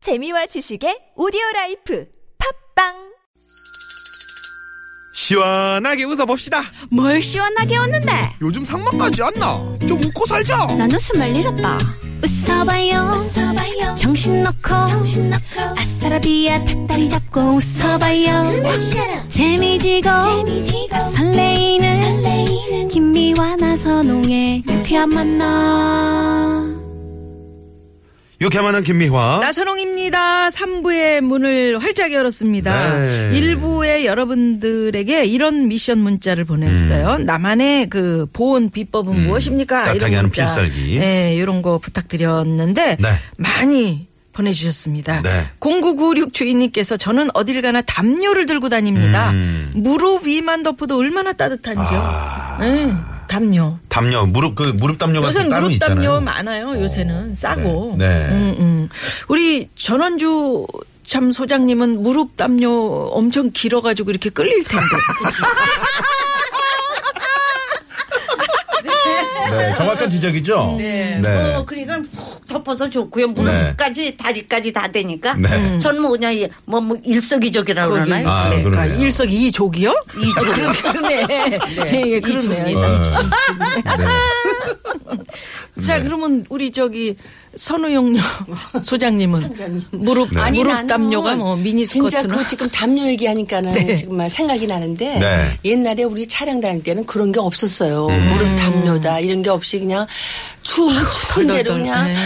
재미와 지식의 오디오 라이프 팝빵 시원하게 웃어봅시다. 뭘 시원하게 웃는데 요즘 상만까지 안 나. 좀 웃고 살자. 난 웃음을 잃었다 웃어봐요, 웃어봐요. 정신 놓고 정신 놓고 아싸라비아 닭다리 잡고 웃어봐요 재미지고 재미지고 설레이는 설레이는 김미와 나선홍의 유쾌한 만남 유쾌만한 김미화. 나선홍입니다. 3부의 문을 활짝 열었습니다. 네. 1부에 여러분들에게 이런 미션 문자를 보냈어요. 나만의 그 보온 비법은 무엇입니까? 음. 따뜻하게 하는 필살기. 네, 이런 거 부탁드렸는데 네. 많이 보내주셨습니다. 네. 0996 주인님께서 저는 어딜 가나 담요를 들고 다닙니다. 음. 무릎 위만 덮어도 얼마나 따뜻한지요. 아. 네, 담요. 담요 무릎 그 무릎 담요가 요새 또 따로 무릎 있잖아요. 어. 담요 많아요. 요새는 싸고. 네. 네. 음, 음. 우리 전원주 참 소장님은 무릎 담요 엄청 길어가지고 이렇게 끌릴 텐데. 네, 정확한 지적이죠. 네. 네. 어, 그러니까 푹 덮어서 좋고요. 무릎까지 다리까지 다 되니까. 네. 음. 저는 뭐냐 이- 뭐, 뭐 일석이조기라고 거기. 그러나요? 아, 네. 그러네요. 그러니까 일석이조기요? 아, 이조. 그러네. 예, 예, 그러네요. 이쪽이다. 어, 예. 자, 네. 그러면 우리 저기 선우용 소장님은 무릎 네. 아니, 무릎 나는 담요가 뭐 미니 진짜 스커트나 그 지금 담요 얘기하니까는 네. 지금 막 생각이 나는데 네. 음. 옛날에 우리 차량 다닐 때는 그런 게 없었어요. 무릎 담요다 이런 게 없이 그냥 추우면 추운 대로 덜덜. 그냥 네.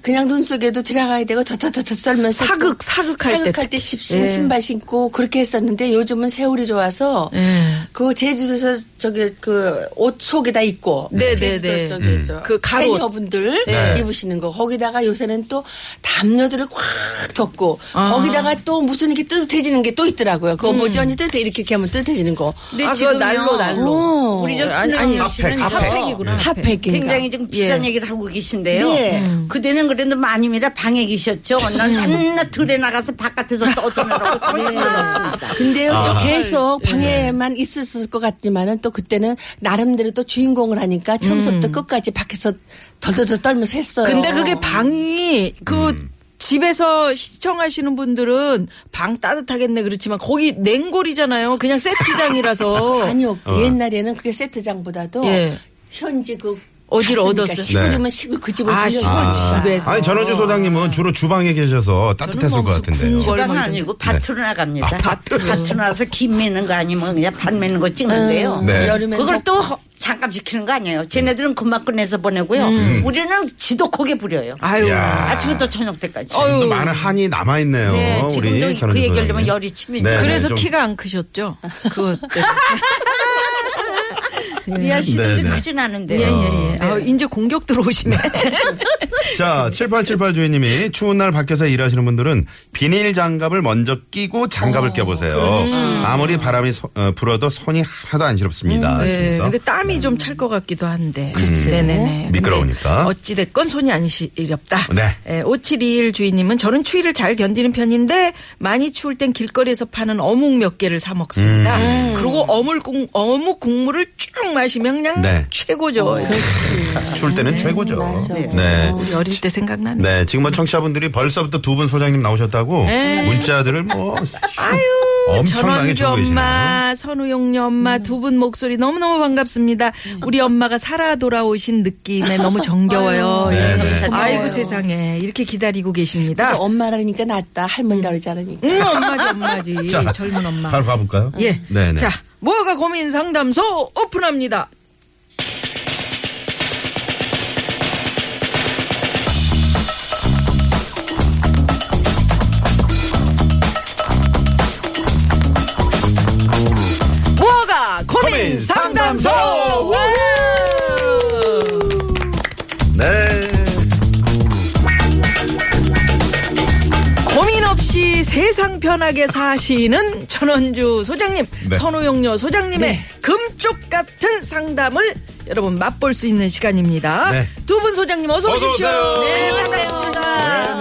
그냥 눈 속에도 들어가야 되고 더더더더 떨면서 그 사극, 사극할 때 사극할 때 특히. 집신 예. 신발 신고 그렇게 했었는데 요즘은 세월이 좋아서 예. 그 제주도에서 저기 그 옷 속에다 입고 네, 제주도 네, 네. 저기 음. 저 그 가옷. 캐니어분들 네. 입으시는 거 거기다가 요새는 또 담요들을 꽉 덮고 아. 거기다가 또 무슨 이렇게 뜨뜻해지는 게 또 있더라고요. 그거 음. 뭐지 언니 뜨뜻 이렇게 이렇게 하면 뜨뜻해지는 거. 근데 아, 그거 지금요. 어. 날로, 날로. 오. 우리 저 아니, 손영 아니, 핫팩, 씨는 저 핫팩. 핫팩이구나. 핫팩인가. 그러니까. 굉장히 지금 비싼 얘기를 하고 계신데요. 네. 그때는 그래도 마님이라 방액이셨죠. 난 맨날 들에 나가서 바깥에서 떠드느라고 떠들었습니다. 근데요 아. 또 계속 네. 방에만 있을 것 같지만은 또 그때는 나름대로 또 주인공을 하니까 처음부터 끝까지 밖에서 덜덜덜 떨면서 했어요. 근데 그게 방이 그 음. 집에서 시청하시는 분들은 방 따뜻하겠네 그렇지만 거기 냉골이잖아요. 그냥 세트장이라서 아니요 옛날에는 그게 세트장보다도 어. 예. 현지 그 어디를 갔으니까 얻었어요? 시골이면 시골 그 집을 아, 빌려서 시골 아. 집에서. 아니 전원주 소장님은 주로 주방에 계셔서 따뜻했을 저는 것 뭐 같은데요. 무슨 주방 얼마 아니고 밭으로 아, 나갑니다. 밭으로. 나서 김 매는 거 아니면 그냥 밭 매는 거 찍는데요. 음, 네. 여름엔 그걸 더- 또 허- 잠깐 시키는 거 아니에요. 쟤네들은 그만 끝내서 보내고요. 음. 우리는 지독하게 부려요. 아유. 야. 아침부터 저녁 때까지. 지금도 많은 한이 남아 있네요. 네, 우리 지금도 그 전원주 얘기하려면 소장님. 열이 침입니다. 네, 그래서 좀- 키가 안 크셨죠? 그것 때문에. 리아 씨도 네, 네. 크진 않은데. 어, 예, 네. 예. 아, 이제 공격 들어오시네. 네. 자, 7878 주인님이 추운 날 밖에서 일하시는 분들은 비닐 장갑을 먼저 끼고 어, 장갑을 껴보세요. 아무리 바람이 소- 어, 불어도 손이 하나도 안 시렵습니다. 네. 하시면서. 음, 근데 땀이 좀 찰 것 같기도 한데. 네네네. 근데 미끄러우니까. 어찌됐건 손이 안 시렵다. 네. 예, 5721 주인님은 저는 추위를 잘 견디는 편인데 많이 추울 땐 길거리에서 파는 어묵 몇 개를 사 먹습니다. 음. 그리고 어물 국, 어묵 국물을 쭉 마시면 그냥 네. 최고죠. 그 추울 때는 최고죠. 맞아. 네. 우리 어릴 때 생각나네. 네, 지금 뭐 청취자분들이 벌써부터 두 분 소장님 나오셨다고 문자들을 뭐 아유 엄청나게 네. 전원주 주고 계시네요. 엄마, 선우용녀 엄마 두 분 목소리 너무너무 반갑습니다. 우리 엄마가 살아 돌아오신 느낌에 너무 정겨워요. 네, 예. 아이고 세상에 이렇게 기다리고 또 계십니다. 그 엄마라니까 낫다 할머니라 그러지 않으니까. 응 음, 엄마지 엄마지 자, 젊은 엄마. 바로 가볼까요? 예. 네, 네. 자 뭐가 고민 상담소 오픈합니다. 뭐가 고민 고민 상담소. 상담소! 와우! 네. 고민 없이 세상 편하게 사시는 천원주 소장님, 네. 선우용료 소장님의 금쪽 같은 상담을 여러분 맛볼 수 있는 시간입니다. 네. 두 분 소장님 어서, 어서 오십시오. 오세요. 네, 반갑습니다.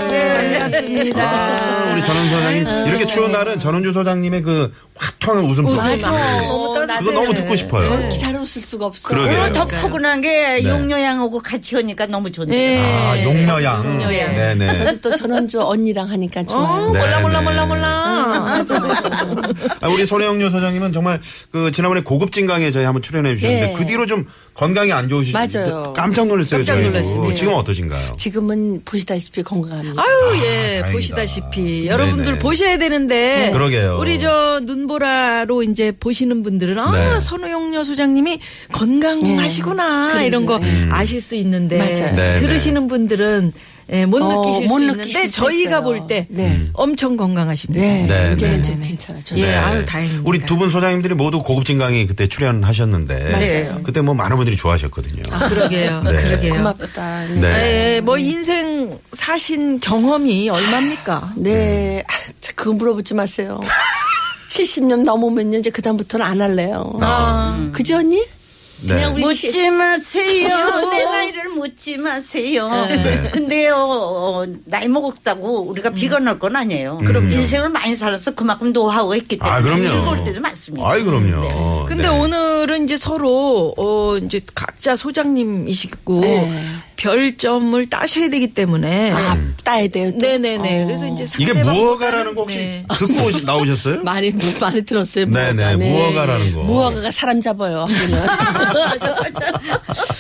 네, 반갑습니다. 아, 우리 전원주 소장님 이렇게 추운 날은 전원주 소장님의 그 화통한 웃음소리 너무 따뜻해. 그거 너무 듣고 싶어요. 잘 웃을 네. 수가 없어. 그러게요. 그러니까. 어, 더 포근한 게 네. 용녀양하고 같이 오니까 너무 좋네요. 예. 아 용녀양. 용녀양. 네네. 저도 또 전원주 언니랑 하니까 좋아요. 어, 네, 몰라 몰라 네. 몰라 몰라. 아, 우리 손혜영녀 소장님은 정말 그 지난번에 고급진강에 저희 한번 출연해 주셨는데 네. 그 뒤로 좀 건강이 안 좋으시죠? 맞아요. 깜짝 놀랐어요. 깜짝 저희도. 놀랐습니다. 지금 어떠신가요? 지금은 보시다시피 건강합니다. 아유 예 다행이다. 보시다시피 네네. 음, 여러분들 보셔야 되는데 그러게요. 우리 저 눈보라로 이제 보시는 분들은 아 네. 선우용녀 소장님이 건강하시구나 네. 이런 거 아실 수 있는데 맞아요. 음. 네네. 들으시는 분들은 예, 못 어, 느끼실 못 수 있는데 느끼실 수 저희가 있어요. 볼 때 네. 엄청 건강하십니다. 네, 음. 네, 네, 이제는 좀 괜찮아. 저 예, 네. 아유, 다행입니다. 우리 두 분 소장님들이 모두 고급진강에 그때 출연하셨는데 맞아요. 그때 뭐 많은 분들이 좋아하셨거든요. 그러게요. 네. 그러게요. 고맙다. 네. 네. 예, 뭐 인생 사신 경험이 얼마입니까? 네. 아, 참, 그거 물어보지 마세요. 70년 넘으면 이제 그다음부터는 안 할래요. 아. 그지 언니? 네. 그냥 우리 치- 묻지 마세요. 내 나이를 묻지 마세요. 네. 근데요, 어, 나이 먹었다고 음. 우리가 비관할 건 아니에요. 그럼 인생을 많이 살아서 그만큼 노하우가 있기 때문에 아, 그럼요. 즐거울 때도 많습니다. 아이 그럼요. 네. 근데 오늘은 이제 서로 어 이제 각자 소장님이시고 네. 별점을 따셔야 되기 때문에 아, 따야 돼요. 또. 네네네. 어. 그래서 이제 이게 상대방- 무허가라는 거 혹시 네. 듣고 오시- 나오셨어요? 많이 뭐 많이 들었어요. 네네, 무허가라는 거. 무허가가 사람 잡아요. 하기는.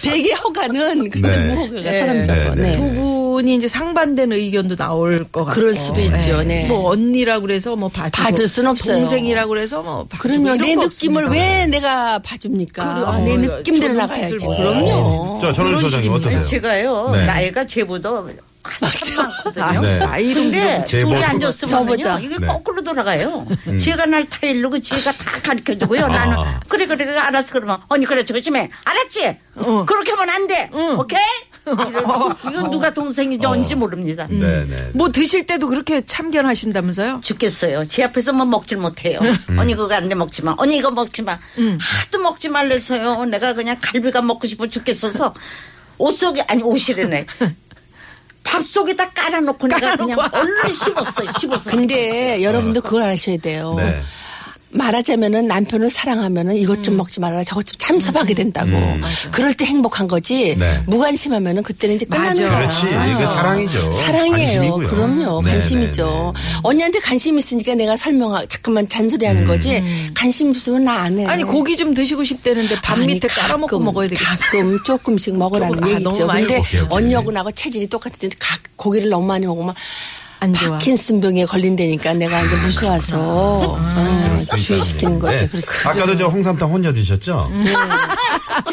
되게 허가는 근데 네. 무허가가 네. 사람 네, 잡아. 네. 두 분이 이제 상반된 의견도 나올 것 같고. 그럴 수도 있죠. 네. 뭐 언니라 그래서 뭐 봐주고 봐줄 순 없어요. 동생이라 그래서 뭐 봐주고 그럼요. 이런 내 거 느낌을 없습니다. 왜 내가 봐줍니까? 아, 그래요. 내 어, 느낌대로 저는 나가야지. 네. 빛을 보세요. 그럼요. 자, 전원 그런 소장님 식입니다. 어떠세요? 제가요, 네. 나이가 쟤보다 한참 많거든요. 네. 아, 나이로 근데 제 둘이 머리- 앉았으면요 저보다. 이게 네. 거꾸로 돌아가요. 제가 날 타일로고 제가 다 가르쳐 주고요. 아. 나는 그래 그래 그래, 알았어 그러면 언니 그래 조심해 알았지? 그렇게 하면 안 돼. 오케이? 이러고 이건 누가 동생인지 언니인지 모릅니다. 네, 네. 뭐 드실 때도 그렇게 참견하신다면서요? 죽겠어요. 제 앞에서 뭐 먹질 못해요. 언니 그거 안 돼 먹지 마. 언니 이거 먹지 마. 하도 먹지 말래서요. 내가 그냥 갈비가 먹고 싶어 죽겠어서 옷 속에 아니 옷이래네. 밥 속에다 깔아놓고 내가 그냥 얼른 씹었어요. 씹었어요. 근데 여러분도 그걸 아셔야 돼요. 네. 말하자면은 남편을 사랑하면은 이것 음. 좀 먹지 말아라 저것 좀 참섭하게 된다고. 그럴 때 행복한 거지. 음. 네. 무관심하면은 그때는 이제 끝나는 맞아. 거야. 그렇지. 이게 사랑이죠. 사랑이에요. 어, 관심이고요. 그럼요. 네, 관심이죠. 네, 음. 언니한테 관심 있으니까 내가 설명하 자꾸만 잔소리하는 거지. 관심 있으면 나 안 해. 아니 고기 좀 드시고 싶다는데 밥 네. 아니, 밑에 깔아먹고 가끔, 먹어야 되겠다. 가끔 조금씩 먹으라는 조금, 아, 얘기죠. 너무 많이 근데 먹어요. 언니하고 나하고 체질이 똑같은데 가- 고기를 너무 많이 먹으면 안 좋아. 파킨슨병에 걸린다니까 내가 아, 이제 무서워서 어, 네. 주의시키는 거지. 네. 그렇죠. 음. 아까도 저 홍삼탕 혼자 드셨죠?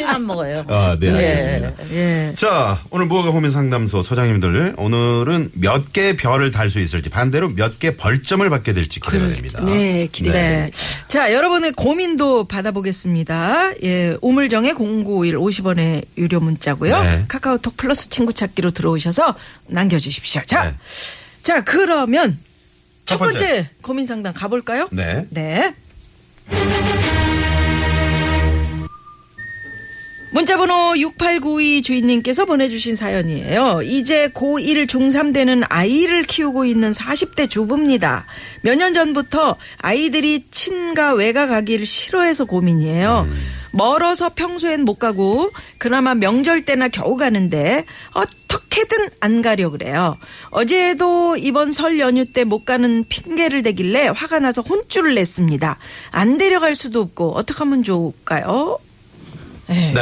안 먹어요. 예. 아, 네, 알겠습니다. 예. 자, 오늘 무허가 호민 상담소 소장님들 오늘은 몇 개 별을 달 수 있을지 반대로 몇 개 벌점을 받게 될지 기대가 됩니다. 네, 기대가 네. 자, 여러분의 고민도 받아보겠습니다. 예, 우물정의 0951 50원의 유료 문자고요. 네. 카카오톡 플러스 친구 찾기로 들어오셔서 남겨주십시오. 자, 네. 자 그러면 첫첫 번째. 번째, 고민 상담 가볼까요? 네. 네. 문자번호 6892 주인님께서 보내주신 사연이에요. 이제 고1, 중3 되는 아이를 키우고 있는 40대 주부입니다. 몇 년 전부터 아이들이 친가 외가 가기를 싫어해서 고민이에요. 멀어서 평소엔 못 가고 그나마 명절 때나 겨우 가는데 어떻게든 안 가려 그래요. 어제도 이번 설 연휴 때 못 가는 핑계를 대길래 화가 나서 혼쭐을 냈습니다. 안 데려갈 수도 없고 어떻게 하면 좋을까요? 네. 네.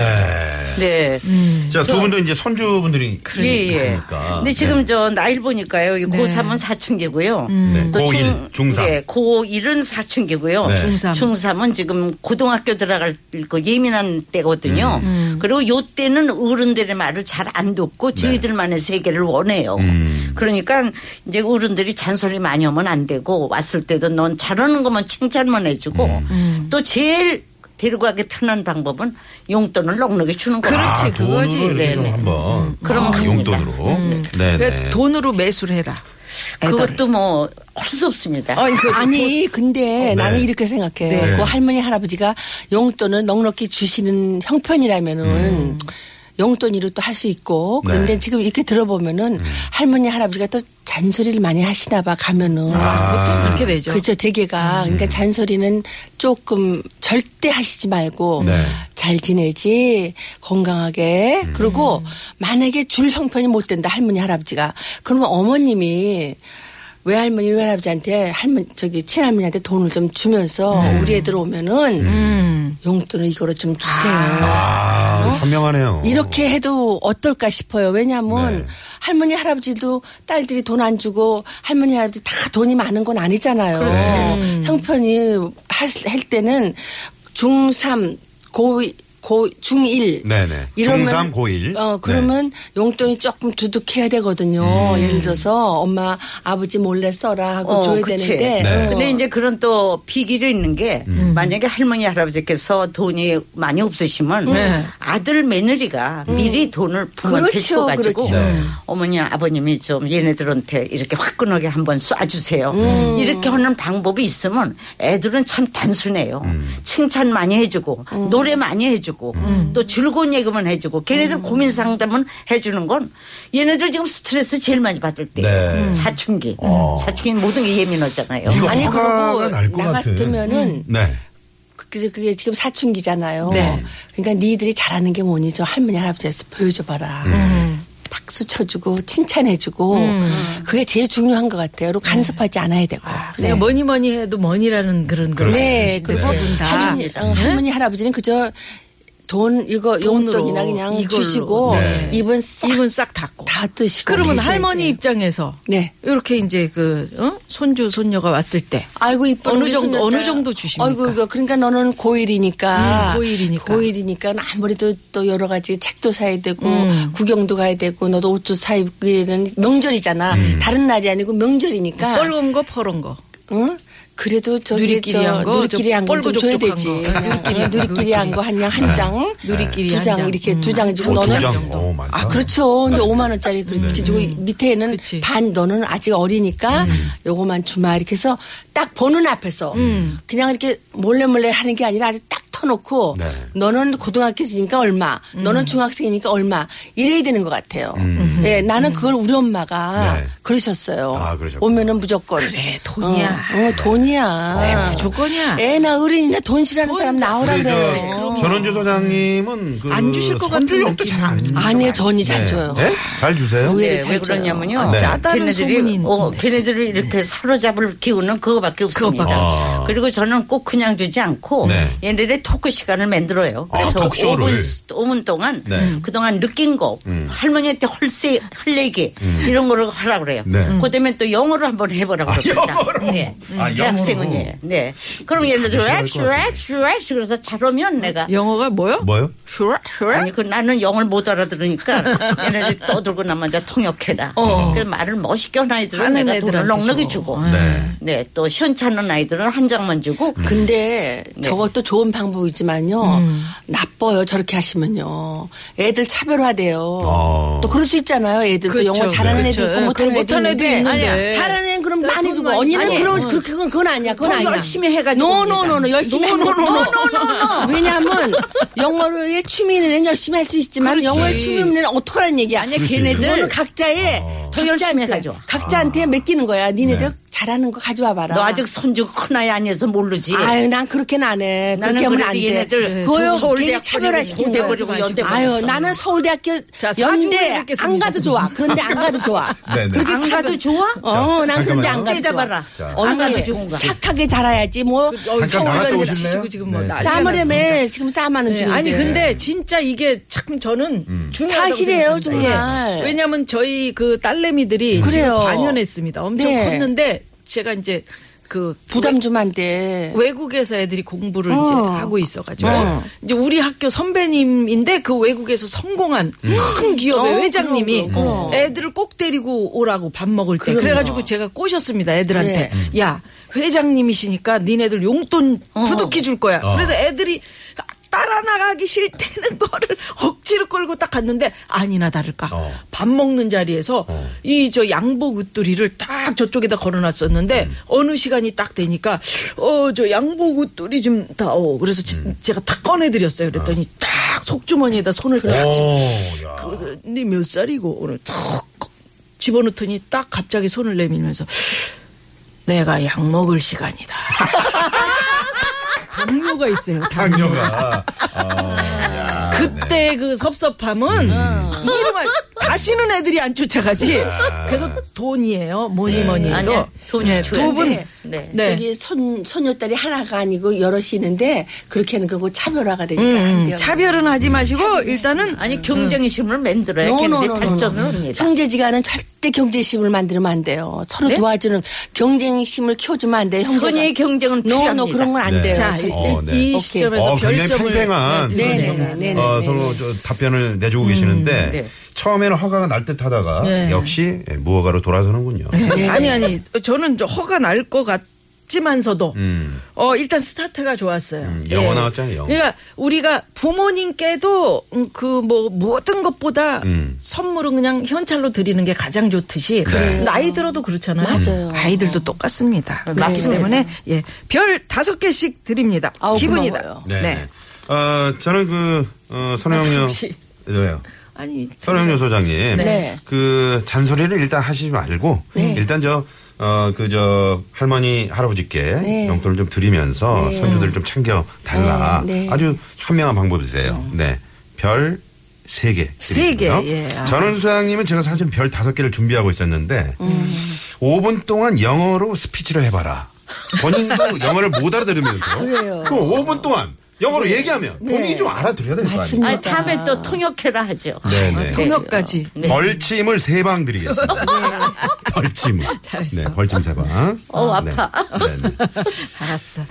네. 음. 자, 두 분도 이제 손주분들이 예, 예. 그러니까. 근데 지금 저 나이를 보니까요. 이 네. 고3은 사춘기고요. 네, 또 고1, 중3. 예, 고1은 사춘기고요. 네. 중3. 은 지금 고등학교 들어갈 그 예민한 때거든요. 음. 음. 그리고 요 때는 어른들의 말을 잘 안 듣고 저희들만의 세계를 원해요. 네. 음. 그러니까 이제 어른들이 잔소리 많이 하면 안 되고 왔을 때도 넌 잘하는 것만 칭찬만 해주고 음. 음. 또 제일 데리고 가기 편한 방법은 용돈을 넉넉히 주는 거예요. 그렇지, 아, 돈으로 그거지. 이렇게 좀 네네. 한번 음, 그러면 아, 갑니다. 용돈으로. 네, 그래, 네. 돈으로 매수를 해라. 애들을. 그것도 뭐 할 수 없습니다. 아니, 그- 어, 네. 아니 근데 나는 이렇게 생각해. 네. 음. 그 할머니 할아버지가 용돈을 넉넉히 주시는 형편이라면은 용돈으로 또 할 수 있고 네. 그런데 지금 이렇게 들어보면은 음. 할머니 할아버지가 또 잔소리를 많이 하시나 봐 가면은 보통 그렇게 되죠. 그렇죠 대개가 그러니까 잔소리는 조금 절대 하시지 말고 네. 잘 지내지 건강하게 그리고 만약에 줄 형편이 못 된다 할머니 할아버지가 그러면 어머님이 외할머니 외할아버지한테 할머니 저기 친할머니한테 돈을 좀 주면서 우리 애들 오면은 용돈을 이거로 좀 주세요. 아, 현명하네요. 어? 이렇게 해도 어떨까 싶어요. 왜냐하면 네. 할머니 할아버지도 딸들이 돈 안 주고 할머니 할아버지 다 돈이 많은 건 아니잖아요. 그렇죠. 네. 음. 형편이 할, 할 때는 중3 고, 고 중1 네네. 네. 이러면- 중3, 고1. 어 그러면 용돈이 조금 두둑해야 음. 되거든요. 예를 들어서 엄마 아버지 몰래 써라 하고 어, 줘야 그치. 되는데 네. 어. 근데 이제 그런 또 비기를 있는 게 음. 만약에 할머니 할아버지께서 돈이 많이 없으시면 네. 아들 며느리가 미리 돈을 부모한테 음. 그렇죠, 줘 가지고 그렇죠. 네. 어머니 아버님이 좀 얘네들한테 이렇게 화끈하게 한번 쏴 주세요. 음. 이렇게 하는 방법이 있으면 애들은 참 단순해요. 음. 칭찬 많이 해 주고 노래 많이 해 주고 또 즐거운 얘기만 해 주고 걔네들 음. 고민 상담은 해 주는 건 얘네들 지금 스트레스 제일 많이 받을 때 네. 요 사춘기. 어. 사춘기는 모든 게 예민하잖아요. 이거 아니 화가 그리고 날 것 나 같은. 음. 같으면은 네. 그게, 그게 지금 사춘기잖아요. 네. 그러니까 니들이 잘하는 게 뭐니 저 할머니 할아버지에서 보여줘봐라. 음. 박수 쳐주고 칭찬해주고 그게 제일 중요한 것 같아요. 그리고 간섭하지 않아야 되고. 내가 뭐니 뭐니 해도 뭐니라는 그런 걸. 네, 그렇죠. 그리고 네. 할머니, 어, 할머니 할아버지는 그저 돈 이거 돈으로, 용돈이나 그냥 이걸로. 주시고 네. 입은 싹 입은 싹 닫고. 다 드시고. 그러면 계셔야 할머니 돼요. 입장에서 네. 이렇게 이제 그 어? 손주 손녀가 왔을 때 아이고 이쁜 어느 우리 정도- 손녀딸. 어느 정도 주십니까? 아이고 이거 그러니까 너는 고일이니까 음, 고일이니까. 고일이니까 아무래도 또 여러 가지 책도 사야 되고 음. 구경도 가야 되고 너도 옷도 사 입기는 명절이잖아. 다른 날이 아니고 명절이니까. 음. 뻘건 거 퍼런 거. 응? 그래도 저기 누리끼리 저 한 거, 누리끼리 저 한거 좀 줘야 뻘그족족한 거. 되지. 네. 누리끼리 어, 누리끼리 한 거 한 장 한장 누리끼리 한 두장 장. 음. 이렇게 두 장 주고 오, 어, 두 너는 장. 정도. 오, 많다. 아, 그렇죠. 근데 5만 원짜리 그렇게 네. 주고 밑에는 그치. 반 너는 아직 어리니까 음. 요거만 주마 이렇게 해서 딱 보는 앞에서 그냥 이렇게 몰래 몰래 하는 게 아니라 아주 딱 터놓고 네. 너는 고등학교니까 얼마, 너는 중학생이니까 얼마 이래야 되는 것 같아요. 예, 나는 그걸 우리 엄마가 음. 네. 그러셨어요. 아, 그러셨구나. 오면은 무조건 그래 예, 돈이야. 어, 예. 어, 돈이야. 무조건이야. 애나 어른이나 돈 싫어하는 사람 나오라 우리 그래요. 저 그러니까 네. 전원주 소장님은 그 네. 안 주실 것 같은 선주 욕도 잘안 느낌. 아니에요, 전이 잘 줘요. 네? 잘 주세요? 오히려 네, 잘 왜 줘요. 그러냐면요. 네. 예, 짜다는 소문이 걔네들이 어, 있는데. 걔네들을 이렇게 사로잡을 기운은 그거밖에 없습니다. 그거밖에 없어요. 그리고 저는 꼭 그냥 주지 않고 아. 네. 얘네들의 토크 시간을 만들어요. 아, 그래서 토크쇼를. 5분, 5분 동안 음, 네. 음. 그동안 느낀 거 할머니한테 헐세 할 얘기 이런 거를 하라 그래요. 네. 음. 그다음에 또 영어로 한번 해보라고 아, 그럽니다. 영어로? 네. 아, 대학생은 영어로. 예. 네. 그럼 예를 들어 싫어할 랩, 것 같은데. 랩, 랩 그래서 잘 오면 내가 영어가 뭐요? 뭐요? 슈라 슈라. 아니 그 나는 영어를 못 알아들으니까 얘네들 떠들고 나면 이제 통역해라. 그래서 말을 멋있게 하는 아이들은 하는 내가 돈을 애들한테 넉넉히 주고. 주고. 네. 네, 또 시원찮은 아이들은 한 장만 주고. 근데 저것도 좋은 방법이지만요. 나빠요. 저렇게 하시면요. 애들 차별화돼요. 어. 또 그럴 수 있잖아요. 애들 또 그렇죠. 영어 잘하는 애도 있고 그렇죠. 못하는 그럼 애도 못하는 애도 있는데. 있는데. 아니야. 잘하는 애는 그럼 돈 많이 주고 많이 언니는 아니에요. 그런 그 그건 그건 아니야. 그건 돈 아니야. 열심히 해가지고 옵니다. 노노노노 열심히 하는 거. 노노노노. 왜냐하면 영어로의 취미 있는 애는 열심히 할 수 있지만 그렇지. 영어의 취미 없는 애는 어떡하라는 얘기야. 아니 그렇지. 그거는 걔네들 각자의 더 열심히 각자한테- 가져와. 각자한테 맡기는 거야. 니네들 네. 잘하는 거 가져와 봐라. 너 아직 손주 큰 아이 아니어서 모르지. 아유, 난 그렇게는 안 해. 예. 나는 그렇게 하면 안 그래도 돼. 얘네들 그거요, 서울대학 괜히 차별화시키는 보내고 거예요. 보내버리고 연대 아유, 보냈어. 나는 서울대학교 자, 사주를 연대 안 읽겠습니다. 가도 좋아. 그런데 안 가도 좋아. 네, 네. 안 차별- 가도 좋아? 어, 난 그런데 안 가도 여기다 좋아. 봐라. 자. 안 가도 언니, 좋은 거야. 그, 어, 착하게 자라야지. 뭐 잠깐 나갔다 오실래요? 치시고 지금 뭐 네. 난리 났습니다. 싸마렴에 지금 싸마는 네, 중인데. 아니 근데 진짜 이게 참 저는 중요하다고 사실이에요, 생각합니다. 네. 정말. 네. 왜냐하면 저희 그 딸내미들이 지금 그래요. 관연했습니다. 엄청 네. 컸는데 제가 이제 그 부담 주면 안 돼. 외국에서 애들이 공부를 이제 하고 있어가지고 네. 이제 우리 학교 선배님인데 그 외국에서 성공한 큰 기업의 어, 회장님이 그럼, 그럼, 그럼. 애들을 꼭 데리고 오라고 밥 먹을 때 그래가지고 제가 꼬셨습니다 네. 애들한테 음. 야 어. 회장님이시니까 니네들 용돈 부득히 줄 거야 그래서 애들이 따라 살아나가기 싫다는 거를 억지로 끌고 딱 갔는데 아니나 다를까 어. 밥 먹는 자리에서 어. 이 저 양복 으뚜리를 딱 저쪽에다 걸어놨었는데 어느 시간이 딱 되니까 어 저 양복 으뚜리 좀 다오 어, 그래서 지- 제가 딱 음. 꺼내드렸어요 그랬더니 딱 속주머니에다 손을 딱 집어 네. 오, 야. 아, 그네몇 살이고 오늘 툭 집어넣더니 딱 갑자기 손을 내밀면서 내가 약 먹을 시간이다. 당뇨가 있어요. 당뇨. 당뇨가. 어, 야, 네. 음. 그때 그 섭섭함은 이름을 다시는 애들이 안 쫓아가지. 그래서 돈이에요. 뭐니 네. 뭐니 해도. 아니야, 돈이 네, 중요한데. 두 분. 네. 네. 저기 손 손녀딸이 하나가 아니고 여럿이 있는데 그렇게 하는 거고 차별화가 되니까 안 음, 돼요. 차별은 하지 마시고 일단은 아니 경쟁심을 만들어야 No, no, 걔네들이 no, no, 발전을 no. 합니다. 형제지간은 절대 경쟁심을 만들면 안 돼요. 서로 도와주는 경쟁심을 키워주면 안 돼요. 형제가. 선의의 경쟁은 노, 노, 필요합니다. 그런 건 안 네. 돼요. 자, 절대. 어, 네. 이 오케이. 시점에서 어, 굉장히 별점을 팽팽한 네, 네네네. 드립니다. 네네네. 어, 서로 저 답변을 내주고 계시는데 네. 처음에는 허가가 날 듯 하다가 네. 역시 예, 무허가로 돌아서는군요. 네. 아니 아니 저는 저 허가 날 것 같지만서도 음. 어 일단 스타트가 좋았어요. 음, 영어 나왔잖아요, 영어. 그러니까 우리가 부모님께도 그 뭐 모든 것보다 음. 선물은 그냥 현찰로 드리는 게 가장 좋듯이 음, 그래요. 나이 들어도 그렇잖아요. 맞아요. 네. 이들도 똑같습니다. 그렇기 맞습니다. 때문에 예별 다섯 개씩 드립니다. 아우, 기분이다. 고마워요. 네. 네. 어, 저는 그, 어, 선영여. 아, 씨. 왜요? 아니 서영효 소장님, 네. 그 잔소리를 일단 하시지 말고 일단 저 어, 그 저 할머니 할아버지께 네. 용돈을 좀 드리면서 선주들을 좀 챙겨 달라. 네, 네. 아주 현명한 방법이세요. 네, 별. 세 개. 세 개, 드리고요. 예. 아. 전원 소장님은 제가 사실 별 다섯 개를 준비하고 있었는데, 음. 5분 동안 영어로 스피치를 해봐라. 본인도 영어를 못 알아들으면서. 그래요. 그럼 5분 동안 영어로 얘기하면 본인이 네. 좀 알아들어야 될 거 아니에요. 맞습니다. 아니 다음에 또 통역해라 하죠. 네네. 통역까지. 네. 벌침을 세 방 드리겠습니다. 벌침. 잘했어. 네, 벌침 세 방. 어, 아파. 네. 네, 네. 알았어.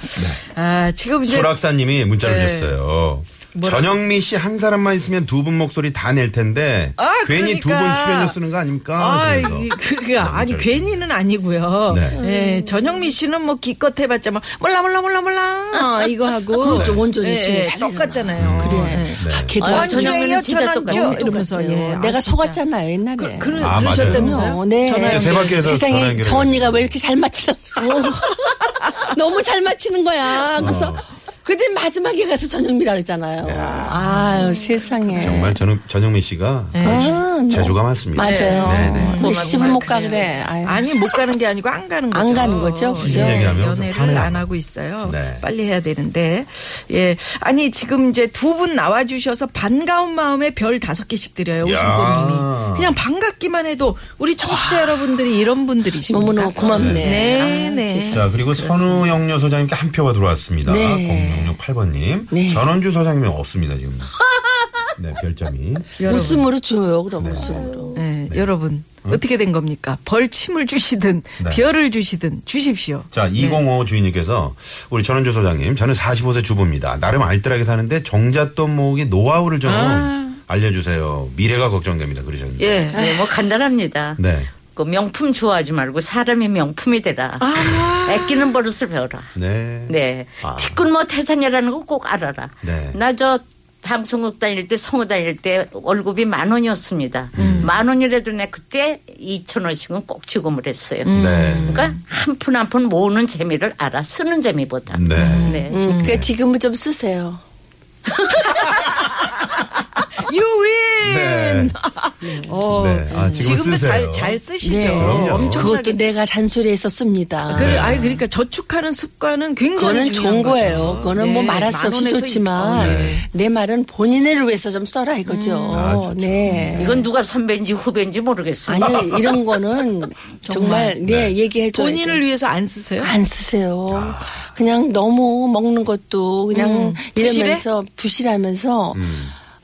아 지금 이제 소락사님이 문자를 네. 주셨어요. 전영미 씨 한 사람만 있으면 두 분 목소리 다 낼 텐데 아, 괜히 두 분 그러니까. 출연료 쓰는 거 아닙니까? 아, 하시면서. 이- 그러니까 아니 문자를 괜히는 아니고요. 네. 예, 전영미 씨는 뭐 기껏 해봤자 막 몰라 몰라 몰라 몰라 이거 하고 그거 네. 좀 원조지. 지금 예, 예, 잘하잖아. 어, 똑같잖아요. 그래. 예. 아, 걔도 아유, 아, 전- 원주예요, 전영미는 진짜 전원주 똑같아요. 이러면서 예. 내가 아, 진짜. 속았잖아요 옛날에. 그, 그, 아, 그러셨다면서요? 어, 네. 전화 세 연결. 바퀴에서 전화 세상에 연결을 저 언니가 해가지고. 왜 이렇게 잘 맞추나? 너무 잘 맞히는 어. 거야. 그래서 그때 마지막에 가서 전영미라 그랬잖아요. 야. 아유 세상에. 정말 전, 전영미 씨가 아주 재주가 많습니다. 네. 맞아요. 네네. 근데 시집을 못 가 그래. 아유. 아니 못 가는 게 아니고 안 가는 거죠. 예. 안 가는 거죠, 그죠? 예, 얘기하면 연애를 화내요. 안 하고 있어요. 네. 빨리 해야 되는데 예 아니 지금 이제 두 분 나와주셔서 반가운 마음에 별 다섯 개씩 야. 드려요 오신고님이 그냥 반갑기만 해도 우리 청취자 여러분들이 이런 분들이십니다. 너무너무 고맙네. 네네. 자, 그리고 선우영료 소장님께 한 표가 들어왔습니다. 네. 0668 번님. 네. 전원주 소장님이 없습니다, 지금. 네, 별점이. 웃음으로 줘요 그럼 웃음으로. 네, 여러분 어떻게 된 겁니까? 벌침을 주시든 네. 별을 주시든 주십시오. 자, 205 주인님께서 우리 전원주 소장님, 저는 45세 주부입니다. 나름 알뜰하게 사는데 종잣돈 모으기 노하우를 좀 알려주세요. 미래가 걱정됩니다. 그러셨는데. 예. 네, 뭐 간단합니다. 네. 그 명품 좋아하지 말고 사람이 명품이 되라. 아끼는 버릇을 배워라. 네. 네. 아. 티끌모 태산이라는 거 꼭 알아라. 네. 나 저 방송국 다닐 때 성우 다닐 때 월급이 만 원이었습니다. 음. 만 원이라도 내 그때 2천 원씩은 꼭 지급을 했어요. 네. 그러니까 한 푼 한 푼 모으는 재미를 알아. 쓰는 재미보다. 네. 네. 음, 그러니까 지금은 좀 쓰세요. 유인. 네. 어, 네. 아, 지금은 지금도 쓰세요. 잘, 잘 쓰시죠. 네. 그럼요. 네. 엄청나게. 그것도 내가 잔소리해서 씁니다. 그래, 아니 그러니까 저축하는 습관은 굉장히 그거는 좋은 중요한 거예요. 그거는 뭐 네, 말할 수 만 없이 원에서 음. 좋지만 이- 어, 네. 내 말은 본인을 위해서 좀 써라 이거죠. 아, 좋죠. 네. 음. 이건 누가 선배인지 후배인지 모르겠어요. 아니 이런 거는 정말 네, 얘기해 줘야 본인을 돼. 위해서 안 쓰세요? 안 쓰세요. 그냥 너무 먹는 것도 음, 그냥 이러면서 부실하면서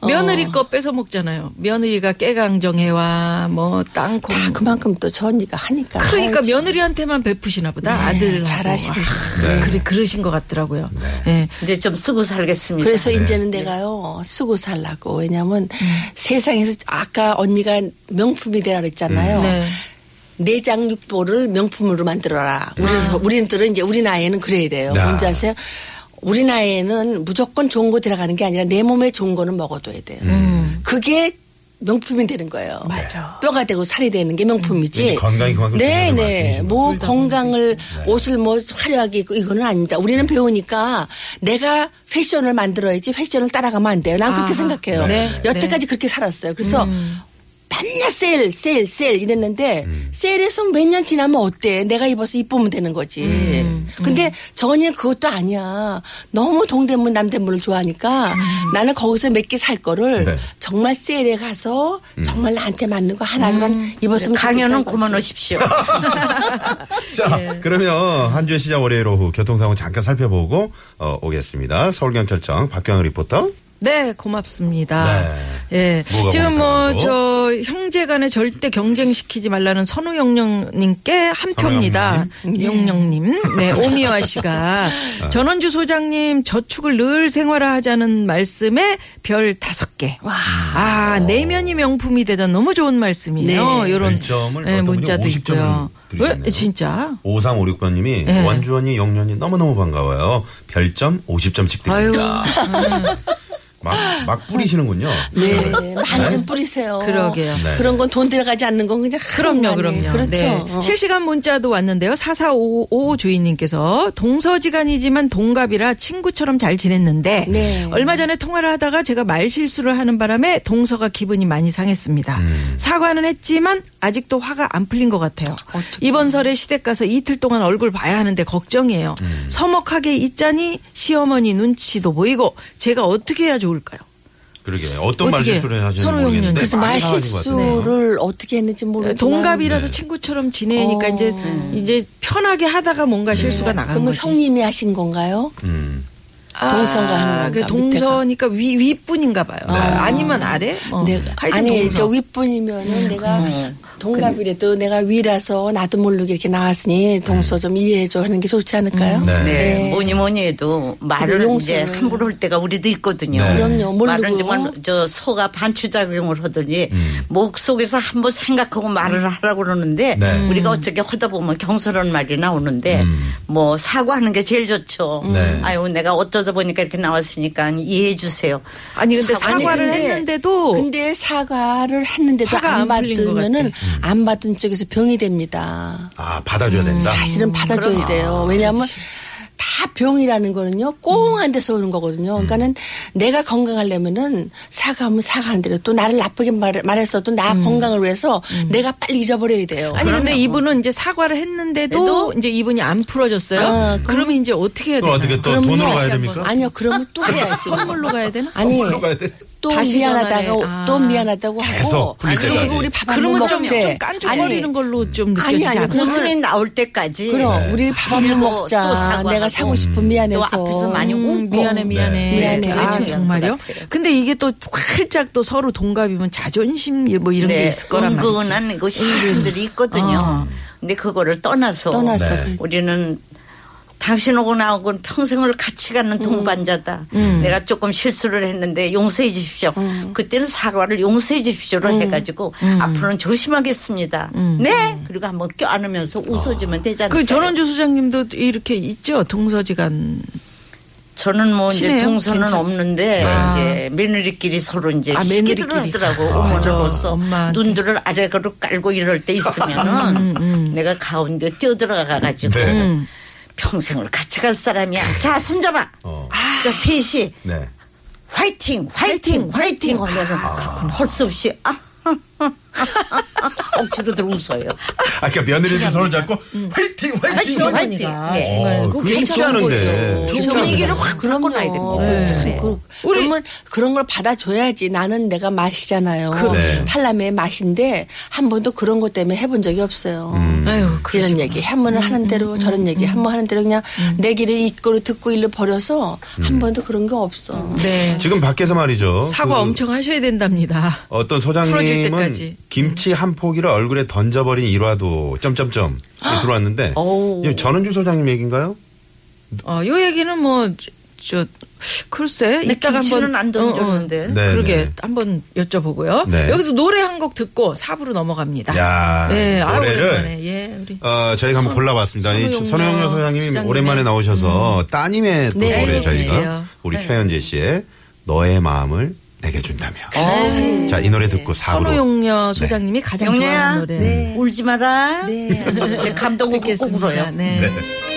어, 며느리 거 뺏어 먹잖아요. 며느리가 깨강정해와 뭐 땅콩. 다 아, 그만큼 또 저 언니가 하니까 그러니까 아유, 며느리한테만 베푸시나 보다 아들 잘하시네. 네. 그래 그러신 것 같더라고요. 예. 이제 좀 쓰고 살겠습니다. 네. 그래서 이제는 내가요 쓰고 살라고 왜냐면 세상에서 아까 언니가 명품이 되라 음. 그랬잖아요. 네. 아. 내장육보를 명품으로 만들어라. 우리는 우리들은 이제 우리 나이에는 그래야 돼요. 야. 뭔지 아세요? 우리 나이에는 무조건 좋은 거 들어가는 게 아니라 내 몸에 좋은 거는 먹어둬야 돼요. 음. 그게 명품이 되는 거예요. 맞아. 뼈가 되고 살이 되는 게 명품이지. 왠지 건강이 그만큼 중요하다는 네네. 말씀이신 네. 뭐 건강을 옷을 뭐 화려하게 입고 이거는 아닙니다. 우리는 배우니까 내가 패션을 만들어야지 패션을 따라가면 안 돼요. 난 아하. 그렇게 생각해요. 네. 음. 여태까지 그렇게 살았어요. 그래서 맨날 세일, 세일, 세일 이랬는데 음. 세일에서 몇 년 지나면 어때? 내가 입어서 이쁘면 되는 거지. 음. 음. 근데 전혀 그것도 아니야. 너무 동대문 남대문을 좋아하니까 음. 나는 거기서 몇 개 살 거를 네. 음. 정말 세일에 가서 정말 나한테 맞는 거 하나만 음. 입었으면 좋겠다. 강연은 이거지. 그만하십시오. 자, 그러면 한 주의 시작 월요일 오후 교통상황 잠깐 살펴보고 어, 오겠습니다. 서울경찰청 박경영 리포터. 네, 고맙습니다. 예. 네. 뭐가 지금 고맙습니까? 뭐 저 형제 간에 절대 경쟁시키지 말라는 선우 영령님께 한 표입니다. 영령님. 네, 오미화 씨가 네. 전원주 소장님 저축을 늘 생활화하자는 말씀에 별 다섯 개. 아, 내면이 명품이 되자 너무 좋은 말씀이에요. 네. 이런 별점을 예, 어떤 분이 문자도 50 점을 있고요. 드리셨네요. 왜? 진짜? 5356번님이 네. 원주원이 영년이 너무너무 반가워요. 별점 50점씩 드립니다. 막, 막 뿌리시는군요. 네. 많이 좀 뿌리세요. 그러게요. 네. 그런 건 돈 들어가지 않는 건 그냥 그럼요, 하나만에. 그럼요. 그렇죠. 네. 어. 실시간 문자도 왔는데요. 4455 주인님께서 동서지간이지만 동갑이라 친구처럼 잘 지냈는데 네. 얼마 전에 통화를 하다가 제가 말 실수를 하는 바람에 동서가 기분이 많이 상했습니다. 사과는 했지만 아직도 화가 안 풀린 것 같아요. 이번 설에 시댁 가서 이틀 동안 얼굴 봐야 하는데 걱정이에요. 서먹하게 있자니 시어머니 눈치도 보이고 제가 어떻게 해야 좋을까요? 그러게 어떤 어떻게 말 실수를 하시는지 서로 모르겠는데 영양제. 그래서 많이 상하신 것 같은데요. 말실수를 어떻게 했는지 모르지만 네, 동갑이라서 네. 친구처럼 지내니까 어. 네. 이제 이제 편하게 하다가 뭔가 실수가 나간 그럼 거지. 형님이 하신 건가요? 음. 동서인가 하는 그 건가, 동서니까 위 윗분인가 봐요. 아. 니면 아래? 어. 내가 하여튼 네. 아니 동서. 네. 저 윗분이면은 내가 음. 동갑이라도 내가 위라서 나도 모르게 이렇게 나왔으니 네. 동서 좀 이해해줘 하는 게 좋지 음. 않을까요? 네. 네. 뭐니 뭐니 해도 말을 근데 이제 용서는- 함부로 할 때가 우리도 있거든요. 네. 그럼요, 모르고. 말은 정말 저 소가 반추작용을 하더니 음. 목 속에서 한번 생각하고 말을 하라고 그러는데 네. 음. 우리가 어떻게 하다 보면 경솔한 말이 나오는데 뭐 사과하는 게 제일 좋죠. 네. 아유 내가 어쩌다 보니까 이렇게 나왔으니까 이해해 주세요. 아니 근데 사과를 근데- 했는데도 근데 사과를 했는데도 화가 안 안 풀린 것 음. 받으면은 안 받은 쪽에서 병이 됩니다. 아 받아줘야 된다. 음, 사실은 받아줘야 돼요. 왜냐하면 다 병이라는 거는요 꽁한 데서 오는 거거든요. 그러니까는 내가 건강하려면은 사과하면 사과하는 대로 또 나를 나쁘게 말, 말했어도 나 건강을 위해서 내가 빨리 잊어버려야 돼요. 아니 근데 이분은 이제 사과를 했는데도 이제 이분이 안 풀어졌어요. 아, 그럼, 그러면 이제 어떻게 해야 그럼 되나? 어떻게 또 그럼요. 돈으로 가야 다시 됩니까? 아니요, 그러면 또 해야지. 선물로 가야 되나? 아니 선물로 어, 가야 돼. 또 다시 미안하다고 전화를- 또 아. 미안하다고 하고 계속 풀릴 때까지. 그리고 우리 밥한 그러면 먹자. 좀, 좀 깐죽거리는 걸로 좀 아니, 느껴지지 아니, 않아요? 그러면- 웃음이 나올 때까지 그럼 우리 밥 한 번 그리고 먹자. 또 사과하고. 내가 사고 싶은 미안해서 또 앞에서 많이 음, 웃고 미안해 미안해 네. 미안해. 아 그게 중요한 정말요? 것 같아요. 근데 이게 또 살짝 또 서로 동갑이면 자존심 뭐 이런 게 있을 거란 말이지. 네. 어. 은근한 그 시인들이 있거든요. 근데 그거를 떠나서, 떠나서 네. 그래. 우리는 당신하고 나하고는 평생을 같이 음. 가는 동반자다. 내가 조금 실수를 했는데 용서해 주십시오. 어. 그때는 사과를 용서해 주십시오로 음. 해가지고 앞으로는 조심하겠습니다. 네. 그리고 한번 껴안으면서 웃어주면 되잖아요. 그 전원주 소장님도 이렇게 있죠 동서지간. 저는 뭐 이제 친해요? 동서는 괜찮- 없는데 네. 이제 며느리끼리 서로 이제 아, 시기를 며느리끼리. 하더라고 아, 맞아. 어머니로서 엄마한테. 음, 눈들을 아래로 깔고 이럴 때 있으면은 내가 가운데 뛰어들어가 가지고 네. 평생을 같이 갈 사람이야. 자 손잡아. 어. 자 셋이 네. 화이팅, 화이팅, 화이팅 하면은 아. 헐수 없이 아, 아, 아, 아, 아, 억지로들 웃어요. 아까 그러니까 며느리들 손을 잡고 화이팅 화이팅. 화이팅, 화이팅. 네. 어, 그거 쉽지 않은데. 쉽지 않은데. 분위기를 확 바꿔 놔야 됩니다. 네. 그, 그러면 그런 걸 받아줘야지 나는 내가 맛이잖아요. 네. 팔람의 맛인데 한 번도 그런 것 때문에 해본 적이 없어요. 음. 아유 이런 얘기 한 번은 하는 대로 저런 얘기 한 번 하는 대로 그냥 음. 내 길을 이끌어 듣고 일로 버려서 한 번도 그런 게 없어. 음. 네 지금 밖에서 말이죠. 사과 그 엄청 하셔야 된답니다. 어떤 풀어질 소장님은 때까지. 네. 김치 한 포기를 얼굴에 던져버린 일화도 점점점 아. 들어왔는데 오. 이거 전은주 소장님 얘기인가요? 어요 얘기는 어, 뭐 저 글쎄 내 이따가 한번 김치는 어, 안 던졌는데. 네, 그러게 네. 한번 여쭤보고요. 네. 여기서 노래 한 곡 듣고 4부로 넘어갑니다. 야, 예, 아, 노래를 오랜만에. 예, 우리 어, 저희가 한번 골라봤습니다. 이 선우용녀 네, 선우영 소장님이 시장님의- 음. 오랜만에 나오셔서 따님의 또 네, 노래 저희가 그래요. 네. 우리 최현재 씨의 너의 마음을 내게 준다며. 자, 이 노래 듣고 4부로. 어. 네. 선우용녀 소장님이 가장 영녀야. 네. 좋아하는 노래. 어. 울지 마라. 네. 감독은 꼭 듣겠습니다. 울어요. 네. 네.